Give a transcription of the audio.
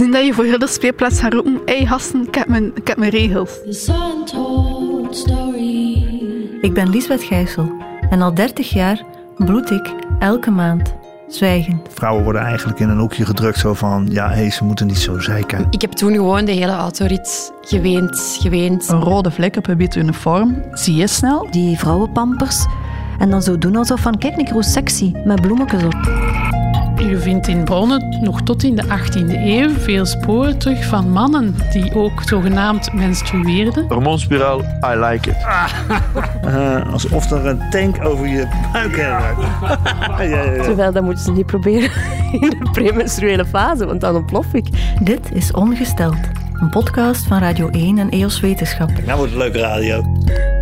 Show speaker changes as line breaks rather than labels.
niet dat je voor heel de speelplaats gaat roepen. Hé, hey, gasten, ik heb, mijn, ik heb mijn regels.
Ik ben Liesbeth Gijssel en al 30 jaar bloed ik elke maand zwijgend.
Vrouwen worden eigenlijk in een hoekje gedrukt zo van... Ja, hé, ze moeten niet zo zeiken.
Ik heb toen gewoon de hele autorit geweend, geweend.
Een rode vlek op een wit uniform. Zie je snel?
Die vrouwenpampers. En dan zo doen alsof van, kijk ik hoe sexy, met bloemetjes op.
Je vindt in bronnen nog tot in de 18e eeuw veel sporen terug van mannen die ook zogenaamd menstrueerden.
Hormoonspiraal, I like it.
Eh, alsof er een tank over je buik heen ruikt. ja, ja, ja.
Terwijl dat moeten ze niet proberen in de premenstruele fase, want dan ontplof ik.
Dit is Ongesteld, een podcast van Radio 1 en EOS Wetenschap.
Nou wordt het leuke radio.